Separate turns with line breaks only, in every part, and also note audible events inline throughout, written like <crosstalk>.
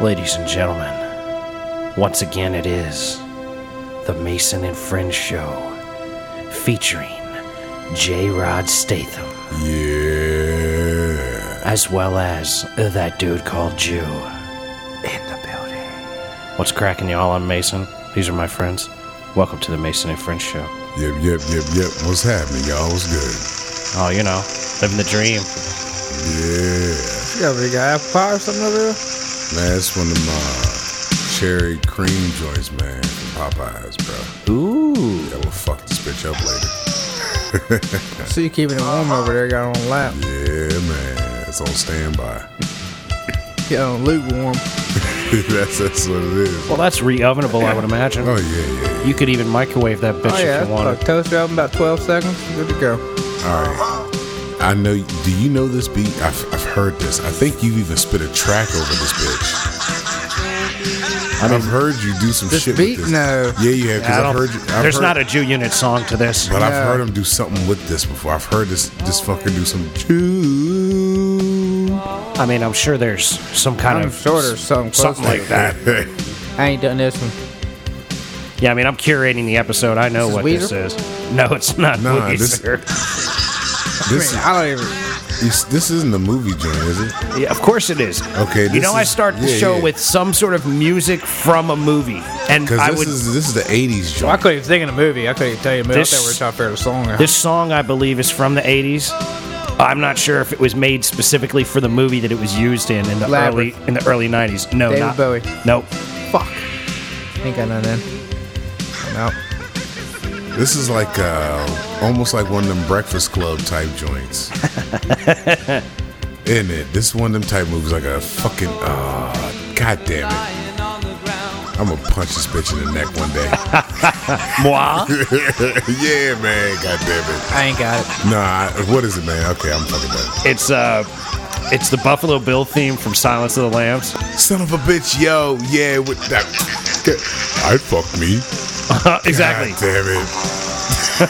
Ladies and gentlemen, once again it is the Mason and Friends Show featuring J. Rod Statham. Yeah. As well as that dude called Jew. In the building. What's cracking y'all? I'm Mason. These are my friends. Welcome to the Mason and Friends Show.
Yep, yep, yep, yep. What's happening, y'all? What's good?
Oh, you know, living the dream.
Yeah.
Yeah, we got five or something over there.
Last one of my cherry cream joints, man, from Popeyes, bro.
Ooh.
That will fuck this bitch up later.
So you keeping it warm over there? Got it on lap.
Yeah, man. It's on standby. <laughs>
Get on Oh, lukewarm.
that's that's what it is.
Well, that's re-ovenable, I would imagine.
Oh yeah, yeah.
You could even microwave that bitch
Oh yeah,
if
that's
you wanted.
fucked. Toaster oven about 12 seconds. Good to go.
All right. I know. Do you know this beat? I've, I've heard this. I think you even spit a track over this bitch. I have heard you do some
This
shit
beat?
with this.
No.
Yeah, you have. Because
I
I've
don't-
heard you. I've
there's
heard,
not a Jew unit song to this.
But I've
No.
heard him do something with this before. I've heard this this fucker do some chew.
I mean, I'm sure there's some kind
I'm
of
sure there's something close
something
to
like that. <laughs>
I ain't done this one.
Yeah, I mean, I'm curating the episode. I know
This is
what this
Weezer?
is. No, it's not
Nah,
Weezer.
this,
I don't even.
this this isn't a movie joint, is it?
<laughs> Yeah, of course it is.
Okay,
you
this
know I
is-
start the
yeah,
show
yeah.
with some sort of music from a movie, and
Because
I
this
would
is this is the '80s
Well, I
joint.
couldn't even think of the movie. I couldn't even tell you a movie.
This-
I thought we were trying to figure out a song. out.
This song, I believe, is from the 80s. I'm not sure if it was made specifically for the movie that it was used in in the
Labyrinth.
early in the early 90s. No,
David
not
Bowie.
Nope.
Fuck. Ain't got nothing. I'm out.
This is like uh, almost like one of them Breakfast Club type
<laughs>
joints. Isn't it? This is one of them type movies like a fucking uh, god damn it. I'm gonna punch this bitch in the neck one day. <laughs>
Moi.
yeah, man. God damn it.
I ain't got it.
Nah, I- what is it, man? Okay, I'm fucking done.
It's uh, it's the Buffalo Bill theme from Silence of the Lambs. <laughs>
Son of a bitch, yo. Yeah, with that. I fuck me.
exactly.
God damn it. <laughs>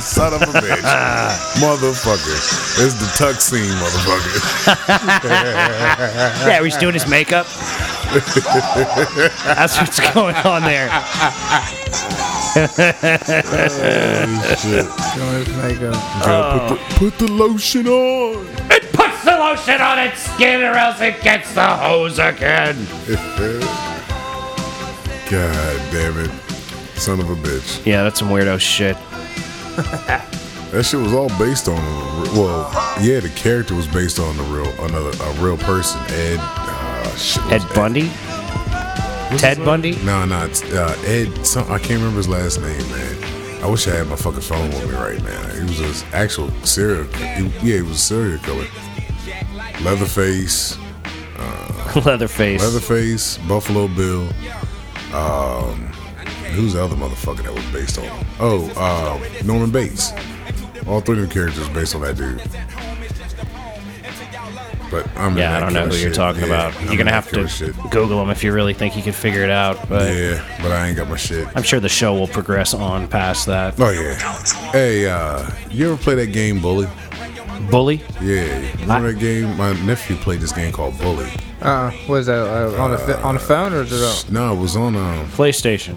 Son of a bitch.
<laughs>
motherfucker. It's the tuck scene, motherfucker.
Yeah, he's doing his
<laughs>
makeup. That's what's going on there. <laughs>
Shit.
Doing this makeup.
Uh.
Gotta put, the, put the lotion on. <laughs>
It puts the lotion on its skin, or else it gets the hose again.
God damn it. Son of a bitch.
Yeah, that's some weirdo shit.
That shit was all based on, a re- well, yeah, the character was based on a real, another, a real person, Ed, uh, shit, what
Ed
was it?
Bundy, <laughs> Ted Bundy.
No, no, it's uh, Ed. Some, I can't remember his last name, man. I wish I had my fucking phone with me right now. He was an actual serial. He, yeah, he was a serial killer. Leatherface,
Leatherface.
Leatherface, Buffalo Bill. Um, who's the other motherfucker that was based on? him? Oh, uh, Norman Bates. All three of them characters based on that dude. But I'm
Yeah, I don't know who you're talking about. You're gonna have to
Shit.
Google him if you really think you can figure it out. But
Yeah, but I ain't got my shit.
I'm sure the show will progress on past that.
Oh yeah. Hey, uh, you ever play that game Bully?
Bully.
Yeah. Remember that game? My nephew played this game called Bully.
Uh, what is that? Uh, on, the, fi- on the phone or is it on
No, it was on um
PlayStation.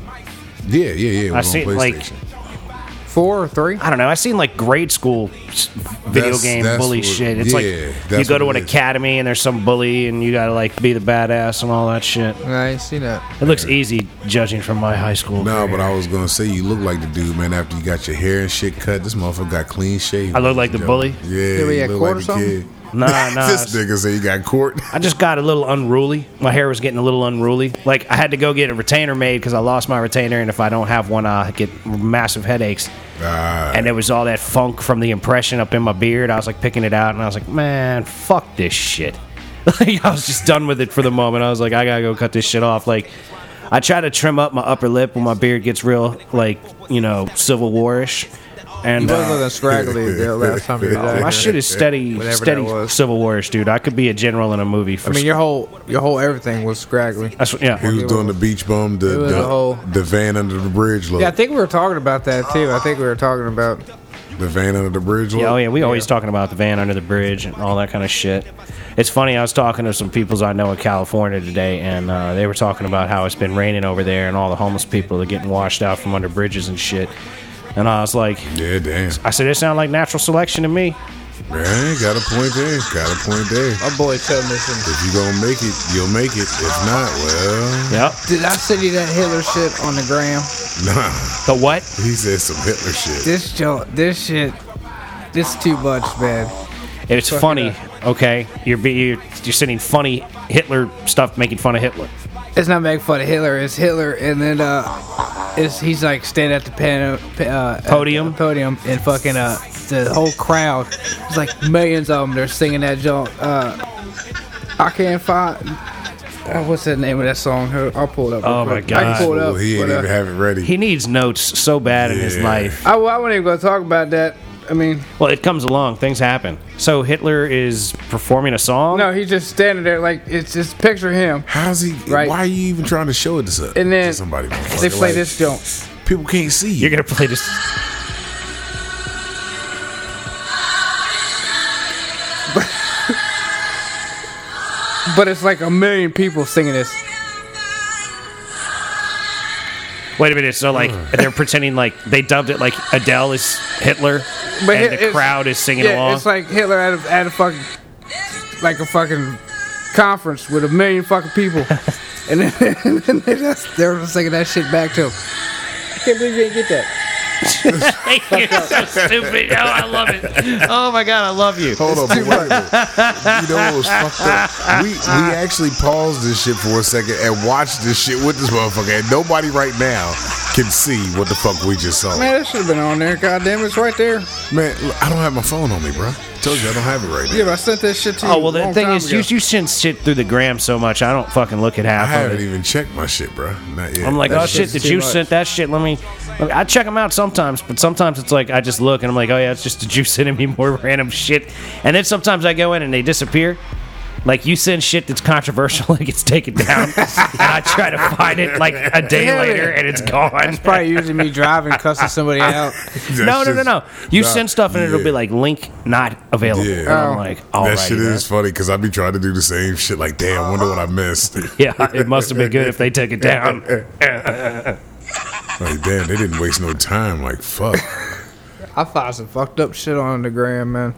Yeah, yeah, yeah. It was
I
on
seen, like,
PlayStation.
four or three?
I don't know. I seen like grade school s- video
That's-
game
that's
bully
what-
shit. It's
yeah,
like you
that's
go to
what
an
it is.
academy and there's some bully and you gotta like be the badass and all that shit.
I ain't seen that.
It looks easy judging from my high school.
No, but
career.
I was gonna say you look like the dude, man. After you got your hair and shit cut, this motherfucker got clean shaved.
I look like the
Yeah.
bully?
Yeah,
we
you
at
look
court
like
or
the
something?
kid.
<laughs>
<laughs>
Nah, nah.
this nigga said he
<laughs>
got court.
I just got a little unruly. My hair was getting a little unruly. Like I had to go get a retainer made because I lost my retainer, and if I don't have one, I get massive headaches.
Ah,
And there was all that funk from the impression up in my beard. I was like picking it out, and I was like, man, fuck this shit. <laughs> Like I was just done with it for the moment. I was like, I gotta go cut this shit off. Like I try to trim up my upper lip when my beard gets real, like you know, Civil Warish. And
You was
uh,
looking scraggly the last time you did
my
that. <laughs>
shit is steady,
Whatever that
steady
was.
Civil Warish, dude. I could be a general in a movie. For
I mean, your whole your whole everything was scraggly.
That's what- yeah.
he was doing the beach bum, the
It was a whole-
the, the van under the bridge look.
Yeah, I think we were talking about that too. I think we were talking about
The van under the bridge.
Yeah, oh yeah, we always talking about the van under the bridge and all that kind of shit. It's funny. I was talking to some peoples I know in California today, and uh, they were talking about how it's been raining over there, and all the homeless people are getting washed out from under bridges and shit. And I was like,
Yeah, damn.
I said, it sound like natural selection to me.
Man, got a point there. Got a point there.
My boy told me some.
If you gonna make it, you'll make it. If not, well, <laughs>
Yep.
Did I send you that Hitler shit on the gram?
nah.
The what?
He said some Hitler shit.
This joint, this shit, this too much, man.
It's
Fucking
funny. Okay, you're be- you're you're sending funny Hitler stuff, making fun of Hitler.
It's not making fun of Hitler. It's Hitler, and then uh, it's he's like standing at the pan, uh, at
Podium?
the podium, and fucking uh, the whole crowd. It's like millions of them. They're singing that joint. Uh, I can't find. Uh, what's the name of that song? Here, I'll pull it up. real
Oh, my
quick. I
God.
can pull it up.
Well, he ain't
but, uh,
even have it ready.
He needs notes so bad in his
Yeah.
life.
I, I wasn't even gonna talk about that. I mean,
Well, it comes along. Things happen. So Hitler is performing a song.
no, he's just standing there like it's just picture him.
How's he?
Right.
Why are you even trying to show it to, some-
And then
to somebody? motherfucker?
They play
Like,
this joint.
People can't see you.
You're gonna play this.
but it's like a million people singing this.
Wait a minute. So like <sighs> they're pretending like they dubbed it like Adele is Hitler,
But
and
it-
the
it's-
crowd is singing
yeah,
along.
it's like Hitler at a, at a fucking like a fucking conference with a million fucking
<laughs>
people, and then, <laughs> and then they just, they were just singing that shit back to him. I can't believe you didn't get that.
<laughs> You're
<laughs>
so stupid. Oh, I love it. Oh my god, I love you.
Hold up, but wait a minute. You know what was fucked up? We we
<laughs>
actually paused this shit for a second and watched this shit with this motherfucker, and nobody right now can see what the fuck we just saw. Man,
Man, that should have been on there. God damn, it's right there.
look, I don't have my phone on me, bro. Told you I don't have it right now.
Yeah, but I sent that shit to you.
Oh well,
a
the
long
thing
time
is,
ago.
you you send shit through the gram so much. I don't fucking look at
I
half of
haven't
it.
even checked my shit, bro. Not yet.
I'm like,
That
oh shit,
shit's
did
too
you
much.
sent that shit? Let me. let me- I check them out sometimes, but sometimes it's like I just look and I'm like, oh yeah, it's just the <laughs> you sending me more random shit, and then sometimes I go in and they disappear. Like you send shit that's controversial, <laughs> it gets taken down, and I try to find it like a day
Yeah.
later and it's gone.
probably usually me driving cussing <laughs> somebody out.
<laughs> that
<laughs> No, no, no,
shit's-
no. You
nah,
send stuff and it'll
yeah.
be like link not available.
Yeah.
And I'm like, all
that
right.
shit is funny because I be trying to do the same shit. Like, damn, wonder what I missed.
<laughs> <laughs> Yeah, it must have been good if they took
<laughs>
it down.
like, damn, they didn't waste no time. Like, fuck.
I found some fucked up shit on the gram, man.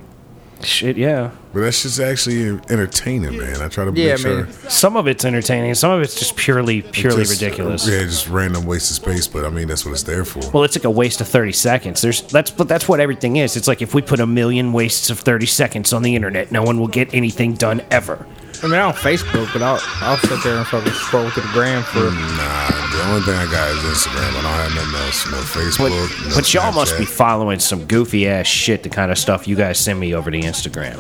Shit, yeah.
But that shit's actually entertaining, man. I try to
Yeah,
make sure.
man.
Some of it's entertaining, some of it's just purely, purely
Just,
ridiculous.
Yeah, just random waste of space, but I mean that's what it's there for.
Well, it's like a waste of 30 seconds. There's that's but that's what everything is. It's like if we put a million wastes of 30 seconds on the internet, no one will get anything done ever.
I mean, I'm on Facebook, but I'll I'll sit there and fucking scroll through the gram for.
nah, the only thing I got is Instagram. I don't have nothing else. No
But
Facebook. no
but y'all must
Snapchat.
be following some goofy ass shit, the kind of stuff you guys send me over the Instagram.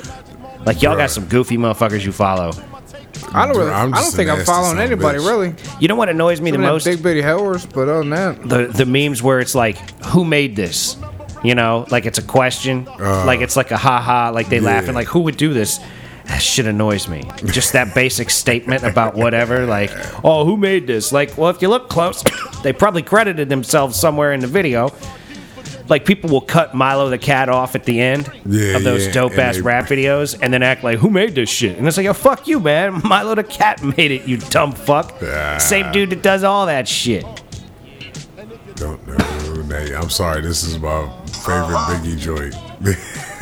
Like y'all
Right.
got some goofy motherfuckers you follow.
I don't really.
Mm, I'm
I don't
just a
think I'm
nasty son
following
of a
anybody
bitch.
really.
You know what annoys me the
Some of
most?
them big booty hoers, but other than that,
the the memes where it's like, who made this? You know, like it's a question,
Uh,
like it's like a ha ha, like they laughing, like who would do this? That shit annoys me. Just that basic statement about whatever, like, oh, who made this? Like, well, if you look close, <coughs> they probably credited themselves somewhere in the video. Like people will cut Milo the cat off at the end
Yeah,
of those
yeah,
dope ass
and they-
rap videos, and then act like, "Who made this shit?" And it's like, "Yo, fuck you, man! <laughs> Milo the cat made it, you dumb fuck."
Ah.
Same dude that does all that shit.
Don't know. Nay, I'm sorry. This is my favorite Biggie joint.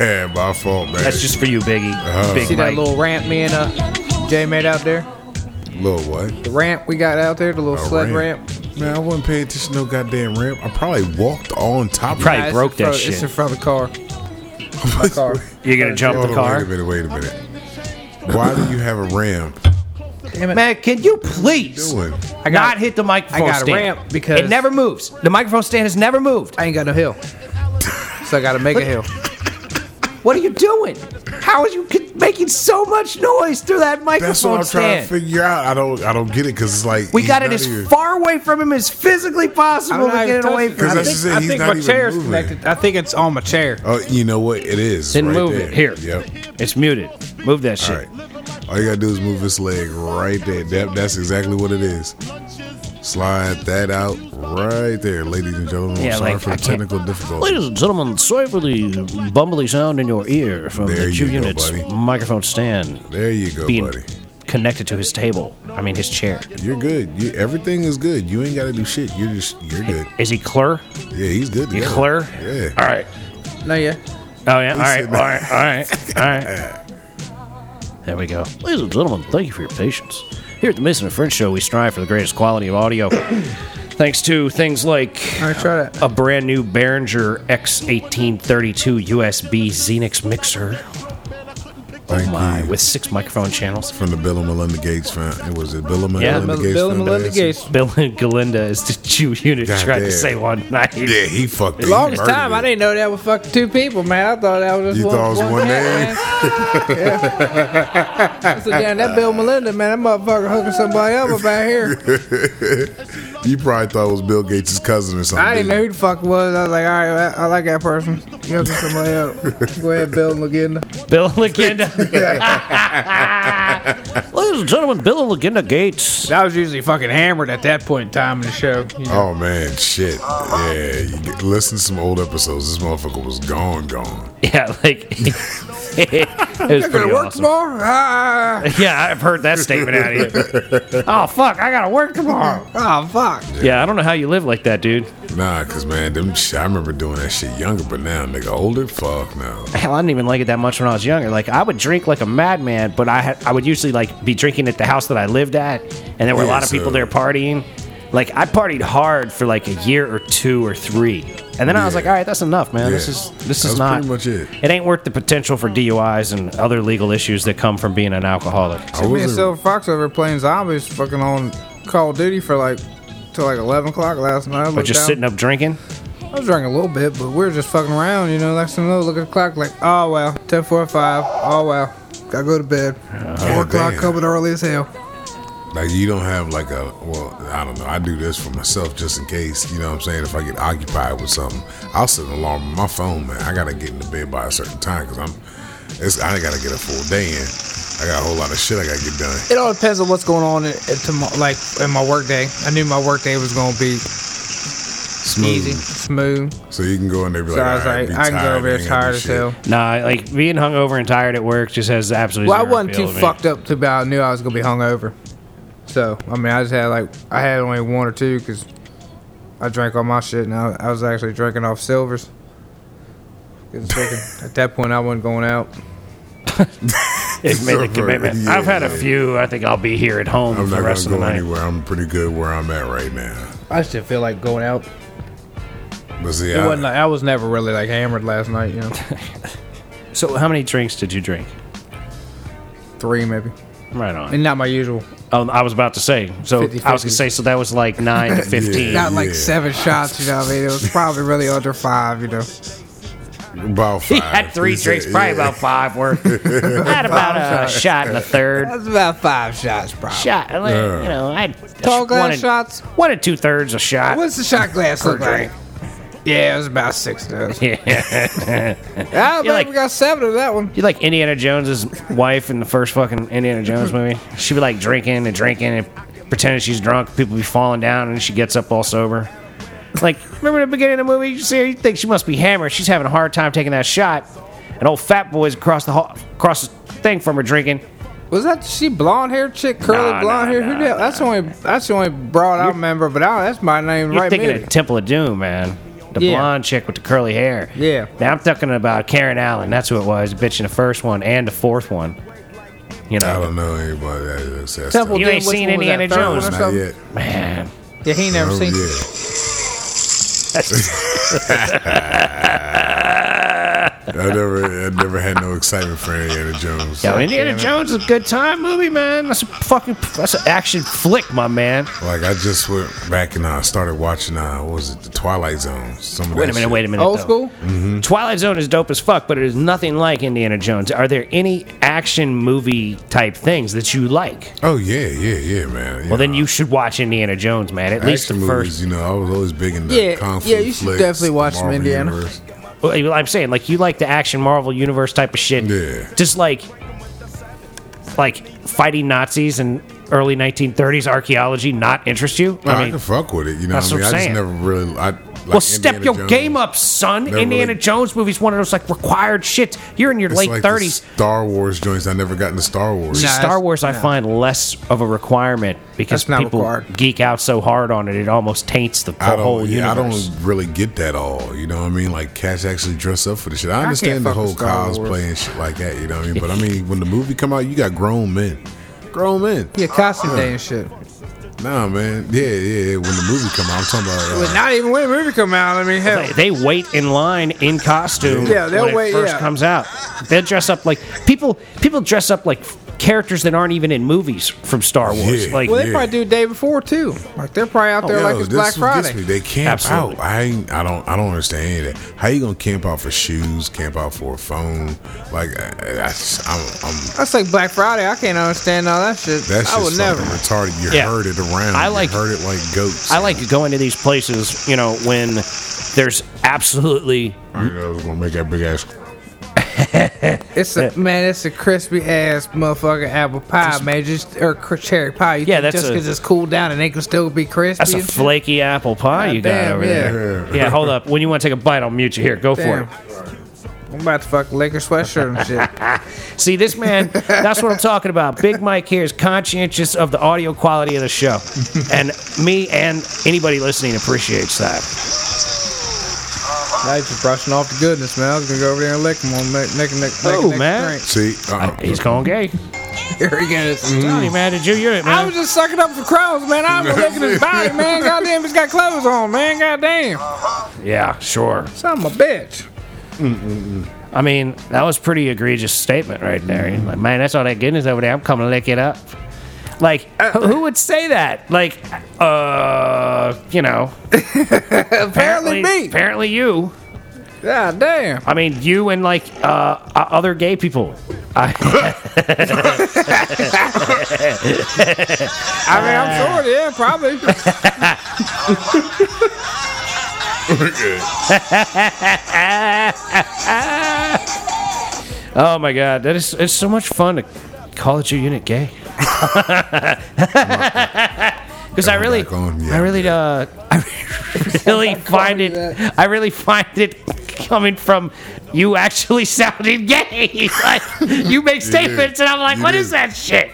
<laughs> yeah, my fault, man.
That's just for you, Biggie.
Uh-huh.
Big
See
Mike.
that little rant me and uh, Jay made out there?
little what?
The ramp we got out there, the little
A
sled
ramp.
ramp.
Man, I wouldn't pay attention to no goddamn ramp. I probably walked on top.
Probably
Nah, it's
broke
in
that
front-
shit.
It's in front of the car.
of
My car.
You're gonna <laughs> jump
Hold
the
on,
car,
Wait a minute. Wait a minute. Why do you have a ramp?
man. Can you please
Doing.
I got-
not hit the microphone
I got a
stand?
ramp because-
it never moves. The microphone stand has never moved.
I ain't got no hill, so I gotta make a hill.
<laughs> What are you doing? How are you c- making so much noise through that microphone
That's what I'm trying
stand?
to figure out. I don't. I don't get it because it's like
we
he's
got it
not
as
even-
far away from him as physically possible
I'm
to
not
get it
even
away
touching-
from
Cause
him.
that's the thing,
I think, I
he's
think
not
my
even
chair's
moving.
connected. I think it's on my chair.
Oh, you know what? It is.
Then
right
move
there.
it. Here.
Yep.
It's muted. Move that shit.
All right. All you gotta do is move his leg right there. That, that's exactly what it is. Slide that out right there, ladies and gentlemen.
Yeah,
Sorry
like,
for
I
the
can't-
technical difficulties.
Ladies and gentlemen, sorry for the bumbly sound in your ear from
There
the Q
you go,
Unit's
buddy.
microphone stand
There you go,
being
buddy.
connected to his table. I mean, his chair.
You're good. You, everything is good. You ain't got to do shit. You're just you're good.
Is he clear?
Yeah, he's good. to
You
go.
clear? Oh
Yeah.
All right.
No, yeah.
Oh yeah. All right.
said
All
that.
right. All right. All right.
<laughs>
There we go. Ladies and gentlemen, thank you for your patience. Here at the Mason and French Show, we strive for the greatest quality of
<coughs>
audio. Thanks to things like
All right, try that.
a brand new Behringer X1832 USB Xenix mixer.
Thank
My,
you.
with six microphone channels.
From the Bill and Melinda Gates Foundation. It was it Bill and
Yeah,
Melinda
Bill-
Gates
Bill and Melinda
Foundation?
Gates.
Bill and Galinda is the Jew unit
God
tried
damn.
to say one night.
Yeah, he fucked it. He
Longest
murdered
time,
it.
I didn't know that was fucking two people, man. I thought that was just
You
one.
thought it was one
man.
name? <laughs>
Yeah. so damn, that Bill Melinda, man, that motherfucker hooking somebody up about here.
You probably thought it was Bill Gates' cousin or something.
I didn't know who the fuck it was. I was like, all right, I, I like that person. You hooking somebody
<laughs>
up. Go ahead, Bill Melinda.
Bill and
<laughs>
Galinda. Ladies and gentlemen, Bill and Galinda Gates.
I was usually fucking hammered at that point in time in the show. You know?
Oh man, shit. Yeah, you get- listen to some old episodes. This motherfucker was gone, gone.
Yeah, like <laughs> it was
Gonna
pretty
work
awesome.
tomorrow? Ah, <laughs>
Yeah, I've heard that statement out
<laughs>
of you. Oh fuck, I gotta work tomorrow.
oh, fuck.
Yeah, I don't know how you live like that, dude.
Nah, cause man, them. Sh- I remember doing that shit younger, but now, nigga, older, fuck no.
Hell, I didn't even like it that much when I was younger. Like I would drink like a madman, but I had, I would usually like be drinking at the house that I lived at, and there were a
Yeah,
lot of people
so-
there partying. Like I partied hard for like a year or two or three, and then I was
Yeah.
like, all right, that's enough, man. This
Yeah.
is this
That
is
was
not
pretty much it.
It ain't worth the potential for DUIs and other legal issues that come from being an alcoholic.
I
Me and
wasn't.
Silver Fox over playing zombies fucking on Call of Duty for like till like eleven o'clock last night. I
But
looked
just
down-
sitting up drinking.
I was drinking a little bit, but we were just fucking around, you know. Next thing you know, look at the clock, like, oh well, ten four five. Oh well, gotta go to bed.
Oh,
Four o'clock
damn.
coming early as hell.
Like you don't have like a well, I don't know. I do this for myself just in case. You know what I'm saying? If I get occupied with something, I'll set an alarm on my phone, man. I gotta get into bed by a certain time because I'm. It's, I gotta get a full day in. I got a whole lot of shit I gotta get done.
It all depends on what's going on at, at tomo- like in my work day. I knew my work day was gonna be
Smooth.
easy, smooth.
So you can go in there and be
So
like,
I was like, I can go over there tired as hell.
Nah, like being hungover and tired at work just has absolutely.
Well, I
zero
wasn't
appeal to
too
me.
fucked up to about I knew I was gonna be hungover. So I mean, I just had like I had only one or two because I drank all my shit, and I, I was actually drinking off silvers. 'Cause <laughs> fucking- At that point, I wasn't going out.
It made the commitment.
<laughs> Yeah.
I've had a few. I think I'll be here at home
I'm
for
not
the
gonna
rest of the
go
night.
anywhere. I'm pretty good where I'm at right now.
I just didn't feel like going out.
But see,
It
I,
wasn't. Like, I was never really like hammered last night. <laughs> You know,
So, how many drinks did you drink?
three maybe,
Right on.
and not my usual.
Oh, I was about to say. So
50,
I was gonna say. So that was like nine to fifteen.
<laughs> Yeah.
Not like seven shots. You know, what I mean, it was probably really under five. You know,
about
<laughs>
five.
He had three
said-
drinks, probably
yeah.
about five
<laughs>
worth. Had about a shot and a third
that's about five shots, probably.
shot. Like,
Yeah.
You know, I had
Tall glass
one and,
shots.
one and two thirds a shot.
What's the shot glass look like?
drink.
Yeah, it was about six of those.
<laughs> Yeah.
<laughs> I bet
like-
we got seven of that one.
You like Indiana Jones's wife in the first fucking Indiana Jones movie? She'd be like drinking and drinking and pretending she's drunk. People be falling down and she gets up all sober. Like, remember the beginning of the movie? You see her, you think she must be hammered. She's having a hard time taking that shot. And old fat boy's across the hall, across the thing from her drinking.
Was that she blonde hair chick, curly
Nah,
blonde
nah,
hair?
nah,
Who the hell? That's the only that's the only broad I remember. But I, that's my name,
You're
right?
thinking
Maybe.
of Temple of Doom, man. The
Yeah.
blonde chick with the curly hair.
Yeah.
Now I'm talking about Karen Allen. That's who it was. The bitch in the first one and the fourth one. You
I
know,
don't know anybody that is. That's
Temple
You
Doom,
ain't
which
seen
one was that,
Indiana
third one or
Jones.
not
something?
yet.
man.
Yeah, he ain't never
Oh
seen.
<laughs>
yeah.
That's,
I never, I never had no excitement for Indiana Jones.
Yo, Indiana Jones is a good time movie, man. That's a fucking that's an action flick, my man.
Like I just went back and I started watching. Uh, what was it the Twilight Zone? Some of
Wait
that
a minute,
shit.
wait a minute.
Old
though. Hmm?
school.
Twilight Zone is dope as fuck, but it is nothing like Indiana Jones. Are there any action movie type things that you like?
Oh yeah, yeah, yeah, man.
Well, then you should watch Indiana Jones, man. At least the
action movies.
first.
You know, I was always big into
Yeah,
kung fu
yeah, you should
flicks,
definitely watch some
Marvel
Indiana.
Universe.
Well, I'm saying, like, you like the action Marvel universe type of shit.
Yeah.
Just like, like fighting Nazis and early 1930s archaeology not interest you?
I,
I mean,
can fuck with it. You know
that's
what I
what I'm saying.
mean? I just never really. I, like
well, step
Indiana
your
Jones.
game up, son.
Never
Indiana
really-
Jones movies one of those like required shits. You're in your
It's
late
like the
30s.
Star Wars joints. I never got into Star Wars.
Nah.
Star
that's-
Wars, I
no.
find less of a requirement because
That's not
people
required.
geek out so hard on it, it almost taints the
I
whole
don't. Yeah, I
universe.
don't really get that all. You know what I mean? Like cats actually dress up for the shit. I understand the
fuck with
whole
Star Wars.
cosplay and shit like that. You know what I mean? But I mean, when the movie come out, you got grown men. Grown men.
Yeah, costume day and shit.
Nah, man. Yeah, yeah. yeah. When the movie come out, I'm talking about.
But
Uh,
not even when the movie come out. I mean, hell,
They, they wait in line in costume
Yeah, they'll
when it
wait,
first
yeah.
comes out. They'll dress up like people. People dress up like characters that aren't even in movies from Star Wars.
Yeah.
Like
well, they
yeah.
probably do the day before too. Like they're probably out there
yo,
like it's
this
Black
is what gets me.
Friday.
They camp
Absolutely.
out. I ain't, I don't I don't understand any of that. How you gonna camp out for shoes? Camp out for a phone? Like I, I, I'm, I'm
That's like Black Friday. I can't understand all that shit.
that's
<laughs> I would
just
never.
fucking retarded. You
Yeah.
heard it around.
I like-
you heard it like goats.
I like going to these places, you know, when there's absolutely
I knew I was gonna make that big ass.
It's a man. It's a crispy ass motherfucking apple pie, man. Just or cr- cherry pie. You
Yeah,
think
that's
just
a-
because it's cooled down and they can still be crispy.
that's a
and shit?
flaky apple pie you got
Goddamn,
over
yeah.
there. Yeah,
<laughs>
hold up. When you want to take a bite, I'll mute you here. Go for it.
Damn. I'm about to fuck lick a
<laughs>
sweatshirt and shit.
See, this man, that's what I'm talking about. Big Mike here is conscientious of the audio quality of the
<laughs>
show. And me and anybody listening appreciates that.
I was just brushing off the goodness, man. I was gonna go over there and lick him on neck, neck, neck,
Oh,
neck,
man.
drink.
See, uh,
He's going gay.
Here he goes.
Tony, mad at you. You're it,
I
man.
was just sucking up for crows, man. I'm licking his
<laughs>
body, man. Goddamn, he's got clothes on, man. Goddamn.
Yeah, sure.
Son of a bitch.
I mean, that was pretty egregious statement right there. He's like, man, that's all that goodness over there. I'm coming to lick it up. Like,
Uh,
who who would say that? Like, uh, you know,
<laughs> Apparently me.
apparently you.
God damn.
I mean, you and like uh, o- other gay people. I,
I mean, I'm sure, yeah,
<laughs>
probably.
oh my god, that is it's so much fun to call it your unit gay. <laughs> Because I
Going
really,
back on, yeah.
I really, uh, I really find it, I really find it coming from you actually <laughs> sounding gay. <laughs> like, you make statements, and I'm like,
You
what
did.
is that shit?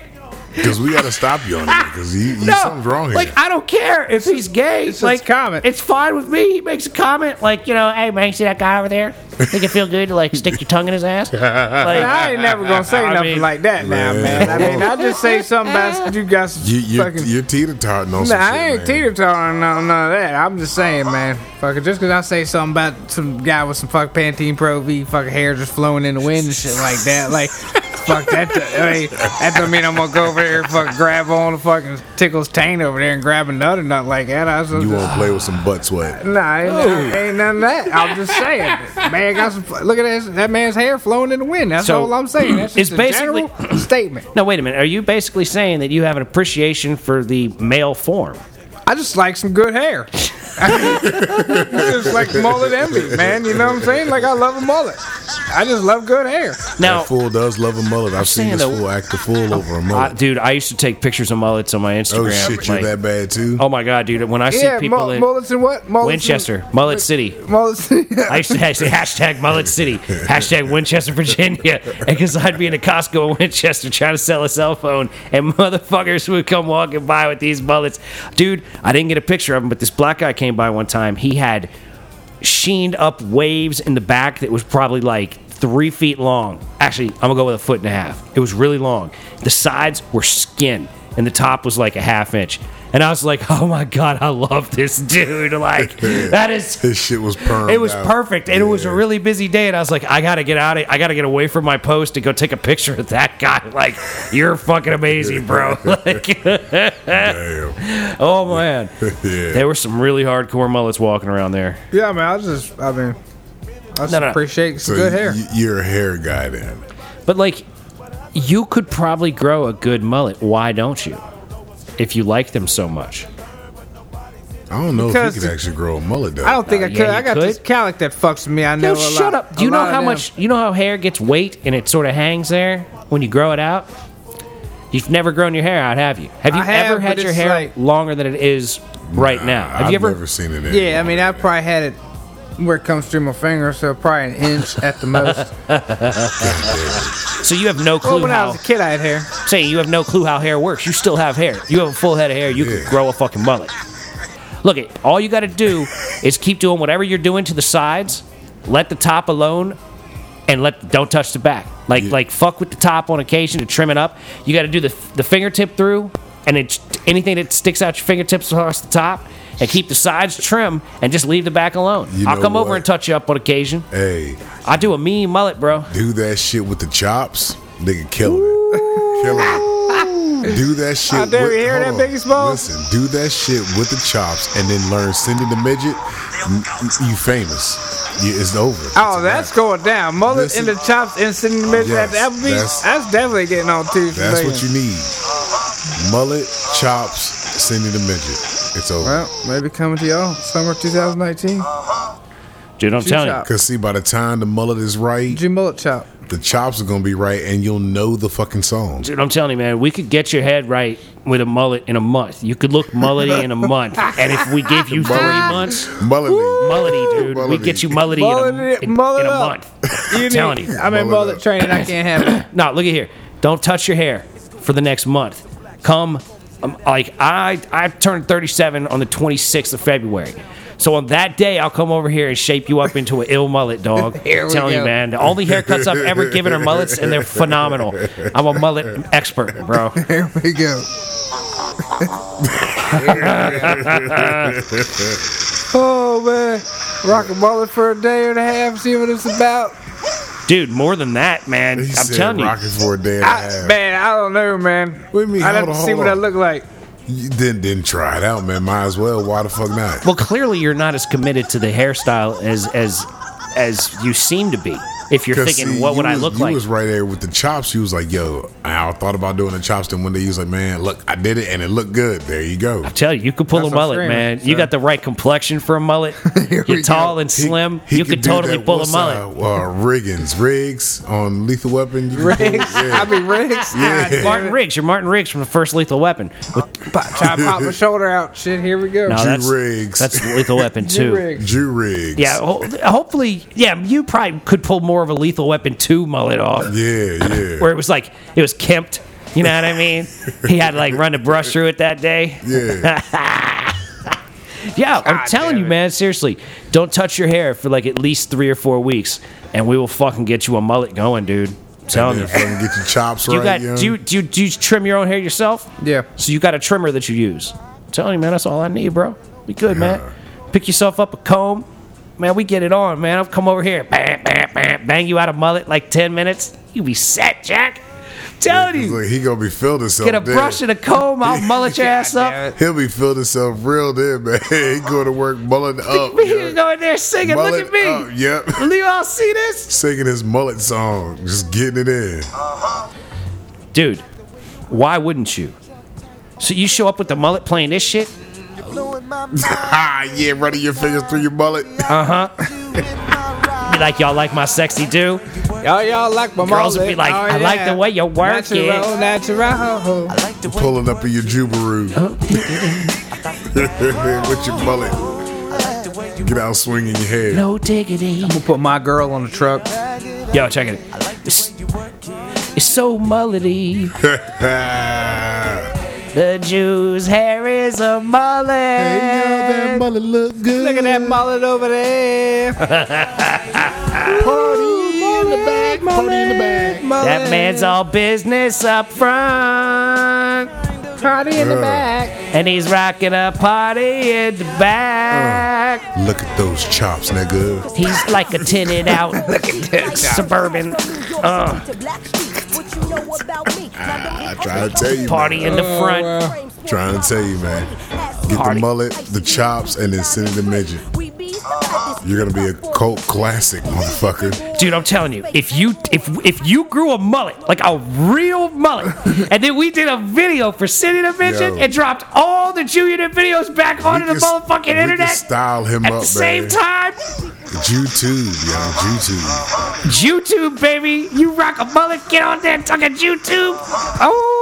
because we gotta stop
<laughs>
you on it
Ah,
because you, you
no,
something's wrong
like
here.
I don't care if he's gay.
it's
like
a comment.
it's fine with me. He makes a comment like you know, hey man, you see that guy over there? Think it feel good to like stick your tongue in his ass? Like,
I ain't never gonna say
I
nothing
mean-
like that now,
Yeah.
man. I mean, I just say something about you got some
you, you,
fucking.
you're teeter totting on
Nah,
some shit.
I ain't
man.
teeter tottering on none of that. I'm just saying, man. Fucking just because I say something about some guy with some fuck Pantene Pro V, fucking hair just flowing in the wind and shit like that, like. Fuck that! I mean, that don't mean I'm gonna go over there and fucking grab on the fucking tickles taint over there and grab another nut like that. I was just,
You Oh. won't play with some butt sweat.
nah, ain't, ain't none of that. I'm just saying, man got some. Look at that, that man's hair flowing in the wind. That's
So,
all I'm saying. That's
it's
just a general statement.
no, wait a minute. Are you basically saying that you have an appreciation for the male form?
I just like some good hair. <laughs> I just like mullet envy, man. You know what I'm saying? Like I love a mullet. I just love good hair.
Now,
That fool does love a mullet. I've seen
saying
this
though-
fool act a fool over a
I,
mullet.
dude, I used to take pictures of mullets on my Instagram.
oh shit, you
like-
that bad too?
oh my god, dude! When I see
yeah,
people
mul-
in
mullets and what? Mullets and-
Winchester, Mullet City,
Mullets. <laughs>
I used to say hashtag Mullet City, hashtag Winchester, Virginia, because I'd be in a Costco in Winchester trying to sell a cell phone, and motherfuckers would come walking by with these mullets. Dude, I didn't get a picture of him, but this black guy came by one time. He had sheened up waves in the back that was probably like three feet long. Actually, I'm gonna go with a foot and a half. It was really long. The sides were skin, and the top was like a half inch. And I was like, oh my god, I love this dude. Like, that is
His shit was perm.
it was perfect, and it was a really busy day. And I was like, I gotta get out. Of, I gotta get away from my post and go take a picture of that guy. <laughs> Like, you're fucking amazing, bro. <laughs> Like,
Damn.
oh man,
<laughs> Yeah.
there were some really hardcore mullets walking around there.
yeah, man. I just, I mean, I just
No, no.
appreciate some
So
good
y-
hair.
y- you're a hair guy then.
But like, you could probably grow a good mullet. Why don't you? If you like them so much,
I don't know
Because
if you could actually grow a mullet though.
I don't think
Uh,
I
yeah,
could. I
you
got
could.
this calic that fucks with me. I know
no,
a lot.
shut up. Do you
a
know
lot of
how
them.
much? You know how hair gets weight and it sort of hangs there when you grow it out. You've never grown your hair out, have you? Have you
I have,
ever had
but
your
it's
hair
like-
longer than it is right
Nah,
now? Have
I've
you ever?
never seen it.
Yeah, I mean, I probably had it where it comes through my finger, so probably an inch at the most.
So you have no <laughs> clue
well, when I
how.
was a kid, I had hair.
Say you have no clue how hair works. You still have hair. You have a full head of hair. You could
Yeah.
grow a fucking mullet. Look, it. all you got to do is keep doing whatever you're doing to the sides. Let the top alone, and let don't touch the back. Like
Yeah.
like fuck with the top on occasion to trim it up. You got to do the the fingertip through, and it, anything that sticks out your fingertips across the top, and keep the sides trim, and just leave the back alone.
You
I'll
know
come over
what?
and touch you up on occasion.
Hey,
I do a mean mullet, bro.
do that shit with the chops, nigga, killing it, killing it. Do that shit.
I dare
with-
you hear
hold
that,
on.
Biggie Smalls?
Listen, do that shit with the chops, and then learn Cindy the midget. n- n- You famous. Yeah, it's over.
Oh, that's going down. Mullet
Listen-
in the chops and sitting in the middle at the
Yes,
Applebee's.
that's-
That's, definitely getting on Tuesday.
That's what you need. Mullet, chops, Cindy the midget. It's over.
Well, maybe coming to y'all summer 2019.
Uh, Dude, I'm
Two
telling you.
chop.
Cause see, by the time the mullet is right,
Did you mullet chop?
the chops are gonna be right, and you'll know the fucking song.
Dude, I'm telling you, man, we could get your head right with a mullet in a month. You could look mullety in a month. And if we give you three months,
Mullet.
mullety, dude, we get you mullety,
Mullet it-
in a, in,
mullet
in a
up.
month. I'm telling you.
I'm
Mullet
in mullet
up.
training. I can't
<laughs>
have it.
No, look at here. Don't touch your hair for the next month. Come, um, like I, I turned 37 on the 26th of February. So on that day, I'll come over here and shape you up into an ill mullet, dog.
<laughs> Here we
telling you,
go.
man, the only haircuts I've ever given are mullets, and they're phenomenal. I'm a mullet expert, bro.
Here we go. <laughs> oh man, rock a mullet for a day and a half. See what it's about.
Dude, more than that, man.
He
I'm
said
telling you.
rocking for a day and a
I,
half.
man, I don't know, man.
What do you mean?
I'd have
Hold
to
on,
see
hold
what I
on.
look like. <laughs>
You didn't didn't try it out, man. Might as well. Why the fuck not?
Well, clearly you're not as committed to the hairstyle as as as you seem to be. If you're
'Cause,
thinking,
see,
what would
you
I
was-
look
You
like?
was right there with the chops. You was like, yo, I thought about doing the chops. Then one day you was like, man, look, I did it, and it looked good. There you go.
Tell you, you could pull
That's
a
what I'm
mullet,
screaming,
man. You
so.
got the right complexion for a
<laughs>
mullet. you're
we
tall
go.
and slim.
He
you could
do
totally
that
pull a
what's,
mullet.
Uh, uh, Riggins, Riggs on Lethal Weapon. You can pull-
Riggs.
yeah.
I be Riggs.
Yeah.
Martin Riggs, you're Martin Riggs from the first Lethal Weapon. With-
Pop, try to <laughs> pop my shoulder out. Shit, here we go.
no, that's,
Riggs.
That's Lethal
<laughs>
Weapon
G
too.
Riggs.
Drew Riggs.
Yeah, ho- hopefully, yeah, you probably could pull more of a Lethal Weapon two mullet off.
Yeah,
<laughs>
yeah.
where it was like it was kempt. You know what I mean? he had to like run the brush through it that day. <laughs>
Yeah.
Yeah, I'm
God
telling
damn
you,
it.
man. Seriously, don't touch your hair for like at least three or four weeks, and we will fucking get you a mullet going, dude. I'm telling
And
you.
then fucking get your chops
Do you
right.
got?
young.
Do you, do you do you trim your own hair yourself?
Yeah.
So you got a trimmer that you use. I'm telling you, man. That's all I need, bro. Be good, man. Pick yourself up a comb. Man, we get it on, man. I'll come over here, bam, bam, bam, bang you out a mullet like ten minutes. You be set, Jack. I'm telling you.
Look, he gonna be filled himself.
Get a
there.
brush and a comb.
<laughs>
I'll mullet your ass
damn
up.
it.
He'll be feeling himself real there, man. <laughs> he going to work
<laughs>
mullet up.
Me
yo.
go in there singing.
Mullet oh,
Look at me.
up, yep. <laughs>
Will you all see this?
Singing his mullet song, just getting it in. <laughs>
Dude, why wouldn't you? So you show up with the mullet playing this shit?
Ah, yeah, running your fingers through your mullet. <laughs>
Be Uh-huh. like, y'all like my sexy do?
Y'all, y'all like my
Girls would be
mullet. Oh,
like, "I like the way you work
natural,
it."
Natural,
Pulling up in your jubaru. <laughs> With your mullet. Get out swinging your hair. <laughs>
No diggity.
We'll put my girl on the truck.
Yo, check it. It's, it's so mullety.
hey,
The Jew's hair is a mullet.
that mullet look good.
Look at that mullet over
<laughs>
there.
Party in the back, party in the back.
Mullet.
that man's all business up front.
party in the
Ugh.
back.
And he's rocking a party in the back.
Look at those chops, nigga.
He's like a tinted
<laughs>
out suburban
Uh. I
try Ah, to tell you,
party in the front.
Trying to tell you, man. Get the mullet, the chops, and then send it to midget. You're gonna be a cult classic, motherfucker.
Dude, I'm telling you, if you if if you grew a mullet, like a real
<laughs>
mullet, and then we did a video for City Division
Yo.
and dropped all the junior videos back onto
We
the
can-
motherfucking
we can
internet
style him
at
up,
the same
man.
time.
YouTube, yo, YouTube.
YouTube, baby, you rock a mullet, get on there, talking YouTube. Oh.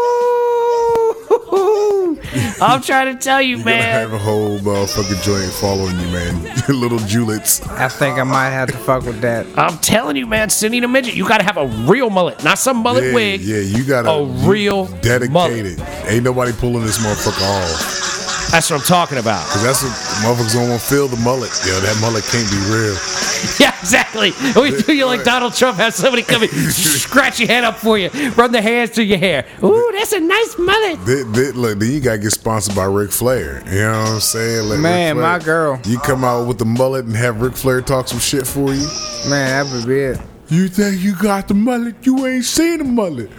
I'm trying to tell you,
You're gonna have
man.
a whole motherfucking joint following you, man. <laughs> Your little Julets.
I think I might have to fuck with that.
I'm telling you, man. Still need a midget. You gotta have a real mullet, not some mullet
Yeah,
wig.
yeah, you gotta
a
you
real
dedicated.
mullet.
Ain't nobody pulling this motherfucker off.
That's what I'm talking about.
Cause that's what motherfuckers don't want to feel the mullet. Yo, that mullet can't be real.
<laughs> Yeah, exactly. We do you like Donald Trump. Have somebody come
<laughs>
in, scratch your head up for you, run their hands through your hair. Ooh, that's a nice mullet.
Th th- look, then you gotta get sponsored by Ric Flair. You know what I'm saying? Let Ric
Man,
Flair-
my girl.
You come out with the mullet and have Ric Flair talk some shit for you.
Man, that would be it.
You think you got the mullet? You ain't seen the mullet.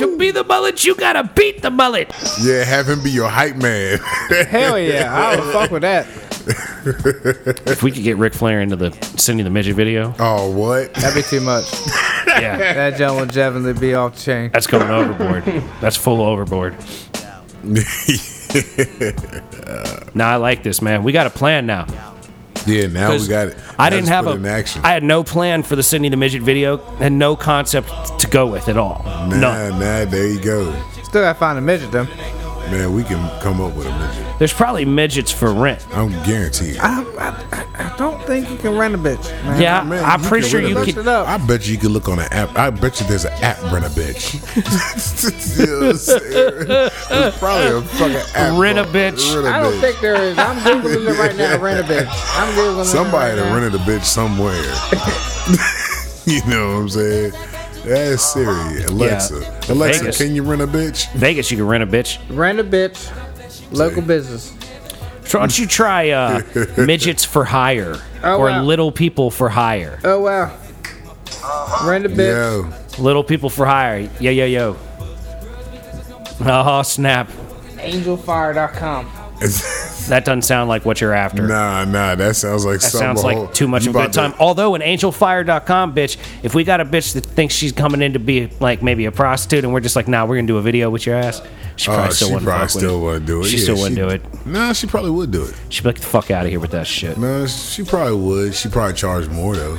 To be the mullet, you gotta beat the mullet.
Yeah, have him be your hype man. <laughs>
Hell yeah, I would fuck with that.
If we could get Ric Flair into the sending the midget video,
oh, what?
That'd be too much.
yeah,
That John would definitely be off the chain.
<laughs> that's going overboard. That's full
<laughs>
overboard. Now I like this, man. We got a plan now.
Yeah, now we got it.
I
Now
didn't
just
have
put
a.
it in action.
I had no plan for the Sydney the Midget video and no concept to go with at all.
nah,
No.
nah, there you go.
Still gotta find a midget though.
Man, we can come up with a midget.
There's probably midgets for rent.
I'm guaranteed. I,
I, I, I don't think you can rent a bitch. Man.
Yeah,
man,
I'm
you
pretty
can
sure
rent
you
a
Look
could.
it up.
bet you, you can look on an app. I bet you there's an app rent a bitch. you know what I'm saying? There's probably a fucking app.
Rent a
called
bitch.
Rent a
I don't
Bitch.
think there is. I'm googling it right now. Rent a bitch. I'm googling
Somebody
it
to
right now.
rented a bitch somewhere. <laughs> you know what I'm saying? That's Siri, Alexa.
Yeah.
Alexa,
Vegas.
can you rent a bitch?
Vegas, you can rent a bitch.
Rent a bitch. Local business.
Why don't you try
<laughs>
uh, midgets for hire
Oh,
or
wow.
little people for hire?
Oh wow.
Uh-huh.
Rent a bitch.
Yo,
Little people for hire. Yo, yo, yo. Oh, snap.
Angelfire.com.
That doesn't sound like what you're after.
<laughs> nah, nah. That sounds like
That sounds like too much of a good time.
To,
Although an angelfire.com bitch, if we got a bitch that thinks she's coming in to be like maybe a prostitute and we're just like, nah, we're gonna do a video with your ass, she probably
oh,
still
she
wouldn't fuck
probably
with
still
it.
wouldn't do it.
She
Yeah,
still wouldn't do it.
Nah, she probably would do it.
She'd be like, the fuck out of here with that shit.
Nah, she probably would. She probably charge more though.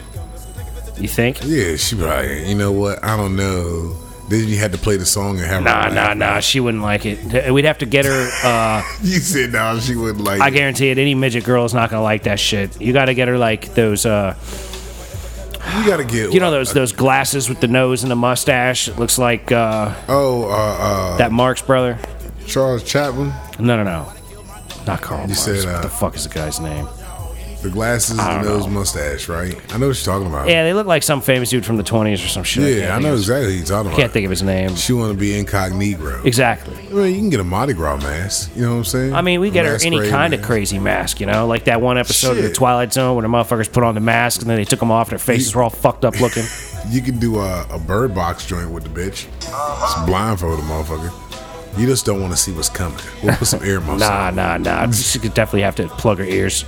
You think?
Yeah, she probably. You know what? I don't know. Then you had to play the song and have
Nah,
her.
nah,
laugh.
nah. She wouldn't like it. We'd have to get her. Uh,
<laughs> You said nah. She wouldn't like.
I
it.
guarantee it. Any midget girl is not gonna like that shit. You got to get her like those. Uh,
You gotta get.
you know
what?
those those glasses with the nose and the mustache. It looks like uh,
Oh, uh,
that Marx brother.
uh, Charles Chaplin.
No, no, no. Not Carl Marx.
said,
what
uh,
the fuck is the guy's name?
The glasses, the
don't
nose,
know.
mustache, right? I know what you're talking about.
Yeah, they look like some famous dude from the 20s or some shit.
Yeah,
can't
I
think
know
of his-
exactly what you're talking
Can't
about.
think of his name.
She want to be incognito.
Exactly.
I mean, you can get a Mardi Gras mask. You know what I'm saying?
I mean, we get her any kind of
crazy.
crazy mask, you know, like that one episode of the
Shit.
Twilight Zone where the motherfuckers put on the mask and then they took them off. Their faces were all fucked up looking.
You can do a, a bird box joint with the bitch.
Uh-huh.
Just blindfold the motherfucker. You just don't want to see what's coming. We'll put some earmuffs
Nah,
on.
nah, nah. She could definitely have to plug her ears,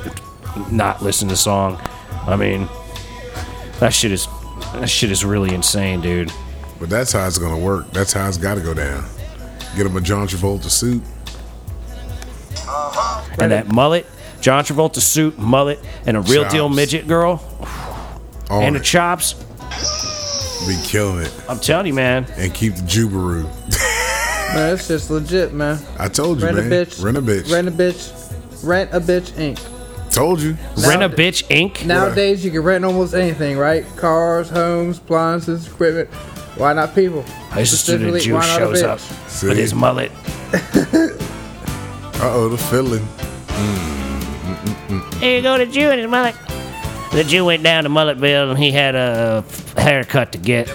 not listen to song. I mean, that shit is that shit is really insane, dude.
But that's how it's going to work. That's how it's got to go down. Get him a John Travolta suit.
And that mullet, John Travolta suit, mullet, and a real deal
Chops.
midget girl, and
On and
the chops.
be killing it.
I'm telling you, man.
And keep the jubaru.
Man, it's just legit, man.
I told you,
Rent a
man.
bitch.
Rent a bitch.
Rent a bitch. Rent a bitch Inc.
told you.
Rent a bitch, Inc.
Nowadays, you can rent almost anything, right? Cars, homes, appliances, equipment. Why not people?
This is when the
Specifically,
Jew
why not a
shows
bitch?
up
See?
with his mullet.
Uh oh, the
<laughs>
fiddling.
Here you go, the Jew and his mullet. The Jew went down to Mulletville and he had a haircut to get.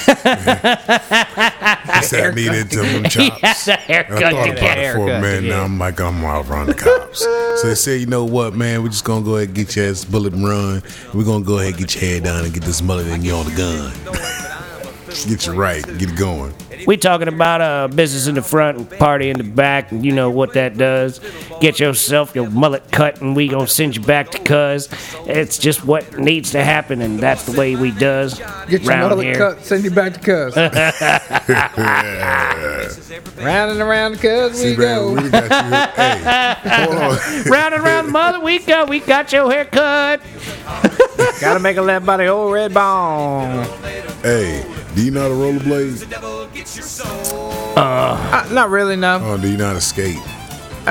<laughs>
Yes, I needed
<laughs>
them
He
chops.
had a
I
haircut
thought
to
about
get.
it for a
haircut
minute.
to
Now
get.
I'm like, I'm out around the cops. so they said, you know what, man? We're just gonna go ahead and get your ass bullet and run. We're gonna go ahead and get your head down and get this mullet and get on the gun. get you right. Get it going.
We talking about uh, business in the front and party in the back, and you know what that does. Get yourself your mullet cut, and we gonna send you back to cuz. It's just what needs to happen, and that's the way we does
Get your
round
mullet
here.
cut, send you back
<laughs>
to cuz. round and around cuz we
See, man,
go.
we got you. Hey, hold
<laughs>
on.
Round and round, mother, we go. We got your haircut.
Gotta make a left by the old red bone.
hey, do you know how to rollerblade?
Uh, not really, no.
Oh, do you know how to skate?
Uh,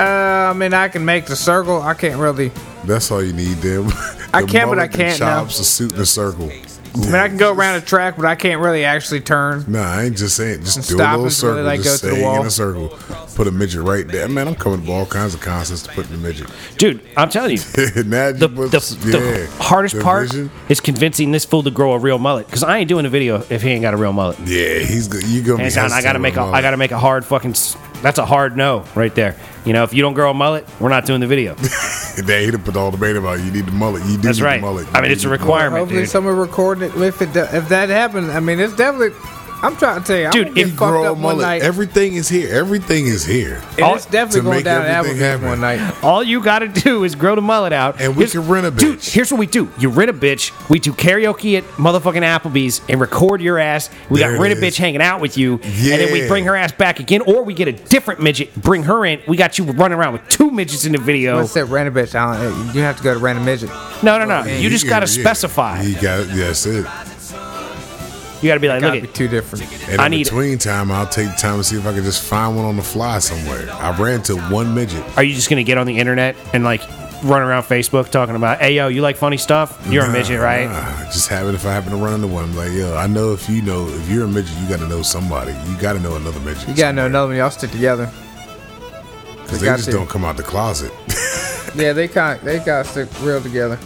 I mean, I can make the circle. I can't really.
That's all you need, them.
I can, but I can't now.
Chops a suit in a circle.
I mean, I can go around a track, but I can't really actually turn.
Nah, I ain't just saying. Just do
stop
a little
until
circle.
they, like,
just
go through the
stay in
wall.
a circle. Put a midget right there. Man, I'm coming to all kinds of concerts to put in the midget. <laughs>
Dude, I'm telling you,
now
the,
you put-
the,
yeah,
the hardest
the
part
vision.
is convincing this fool to grow a real mullet. Because I ain't doing a video if he ain't got a real mullet.
Yeah, he's go- you gonna.
Hands
be
down, I gotta
hesitant
make a,
with
I gotta make a hard fucking. s- That's a hard no right there. You know, if you don't grow a mullet, we're not doing the video.
mullet. <laughs> They hate to put all debate about you need the mullet. You do
That's
need
right.
the mullet. You
I mean,
need
it's a
the mullet.
requirement,
Hopefully,
dude.
someone recording it. If it do- if that happens, I mean, it's definitely. I'm trying to tell you, I'm
Dude,
gonna get
if
fucked
Grow a
up one
mullet.
night.
Everything is here. Everything is here.
and
all-
it's definitely
to
going
make
down to
everything
Applebee's
happen.
one night.
All you gotta <laughs> do is grow the mullet out,
And we can rent a
Dude,
bitch.
here's what we do: you rent a bitch. We do karaoke at motherfucking Applebee's and record your ass. We
There it
got rent a
is.
bitch hanging out with you, and then we
Yeah.
bring her ass back again, or we get a different midget, bring her in. We got you running around with two midgets in the
I
video.
said random bitch. I don't, you have to go to random midget.
No, no, no.
Yeah,
You just gotta
yeah.
specify.
You got yeah, that's it.
You gotta be like,
Gotta
look
be
at.
two different.
And
I
in
need-
between time, I'll take time to see if I can just find one on the fly somewhere. I ran to one midget.
Are you just gonna get on the internet and like run around Facebook talking about, hey yo, you like funny stuff? You're a
Nah,
midget, right?
nah. Uh, Just happen if I happen to run into one. I'm like, yo, I know if you know if you're a midget, you got to know somebody. You got to know another midget.
You gotta know another one. Y'all stick together.
because they
got
just
to.
don't come out the closet. <laughs>
Yeah, they kind of, they got stick real together.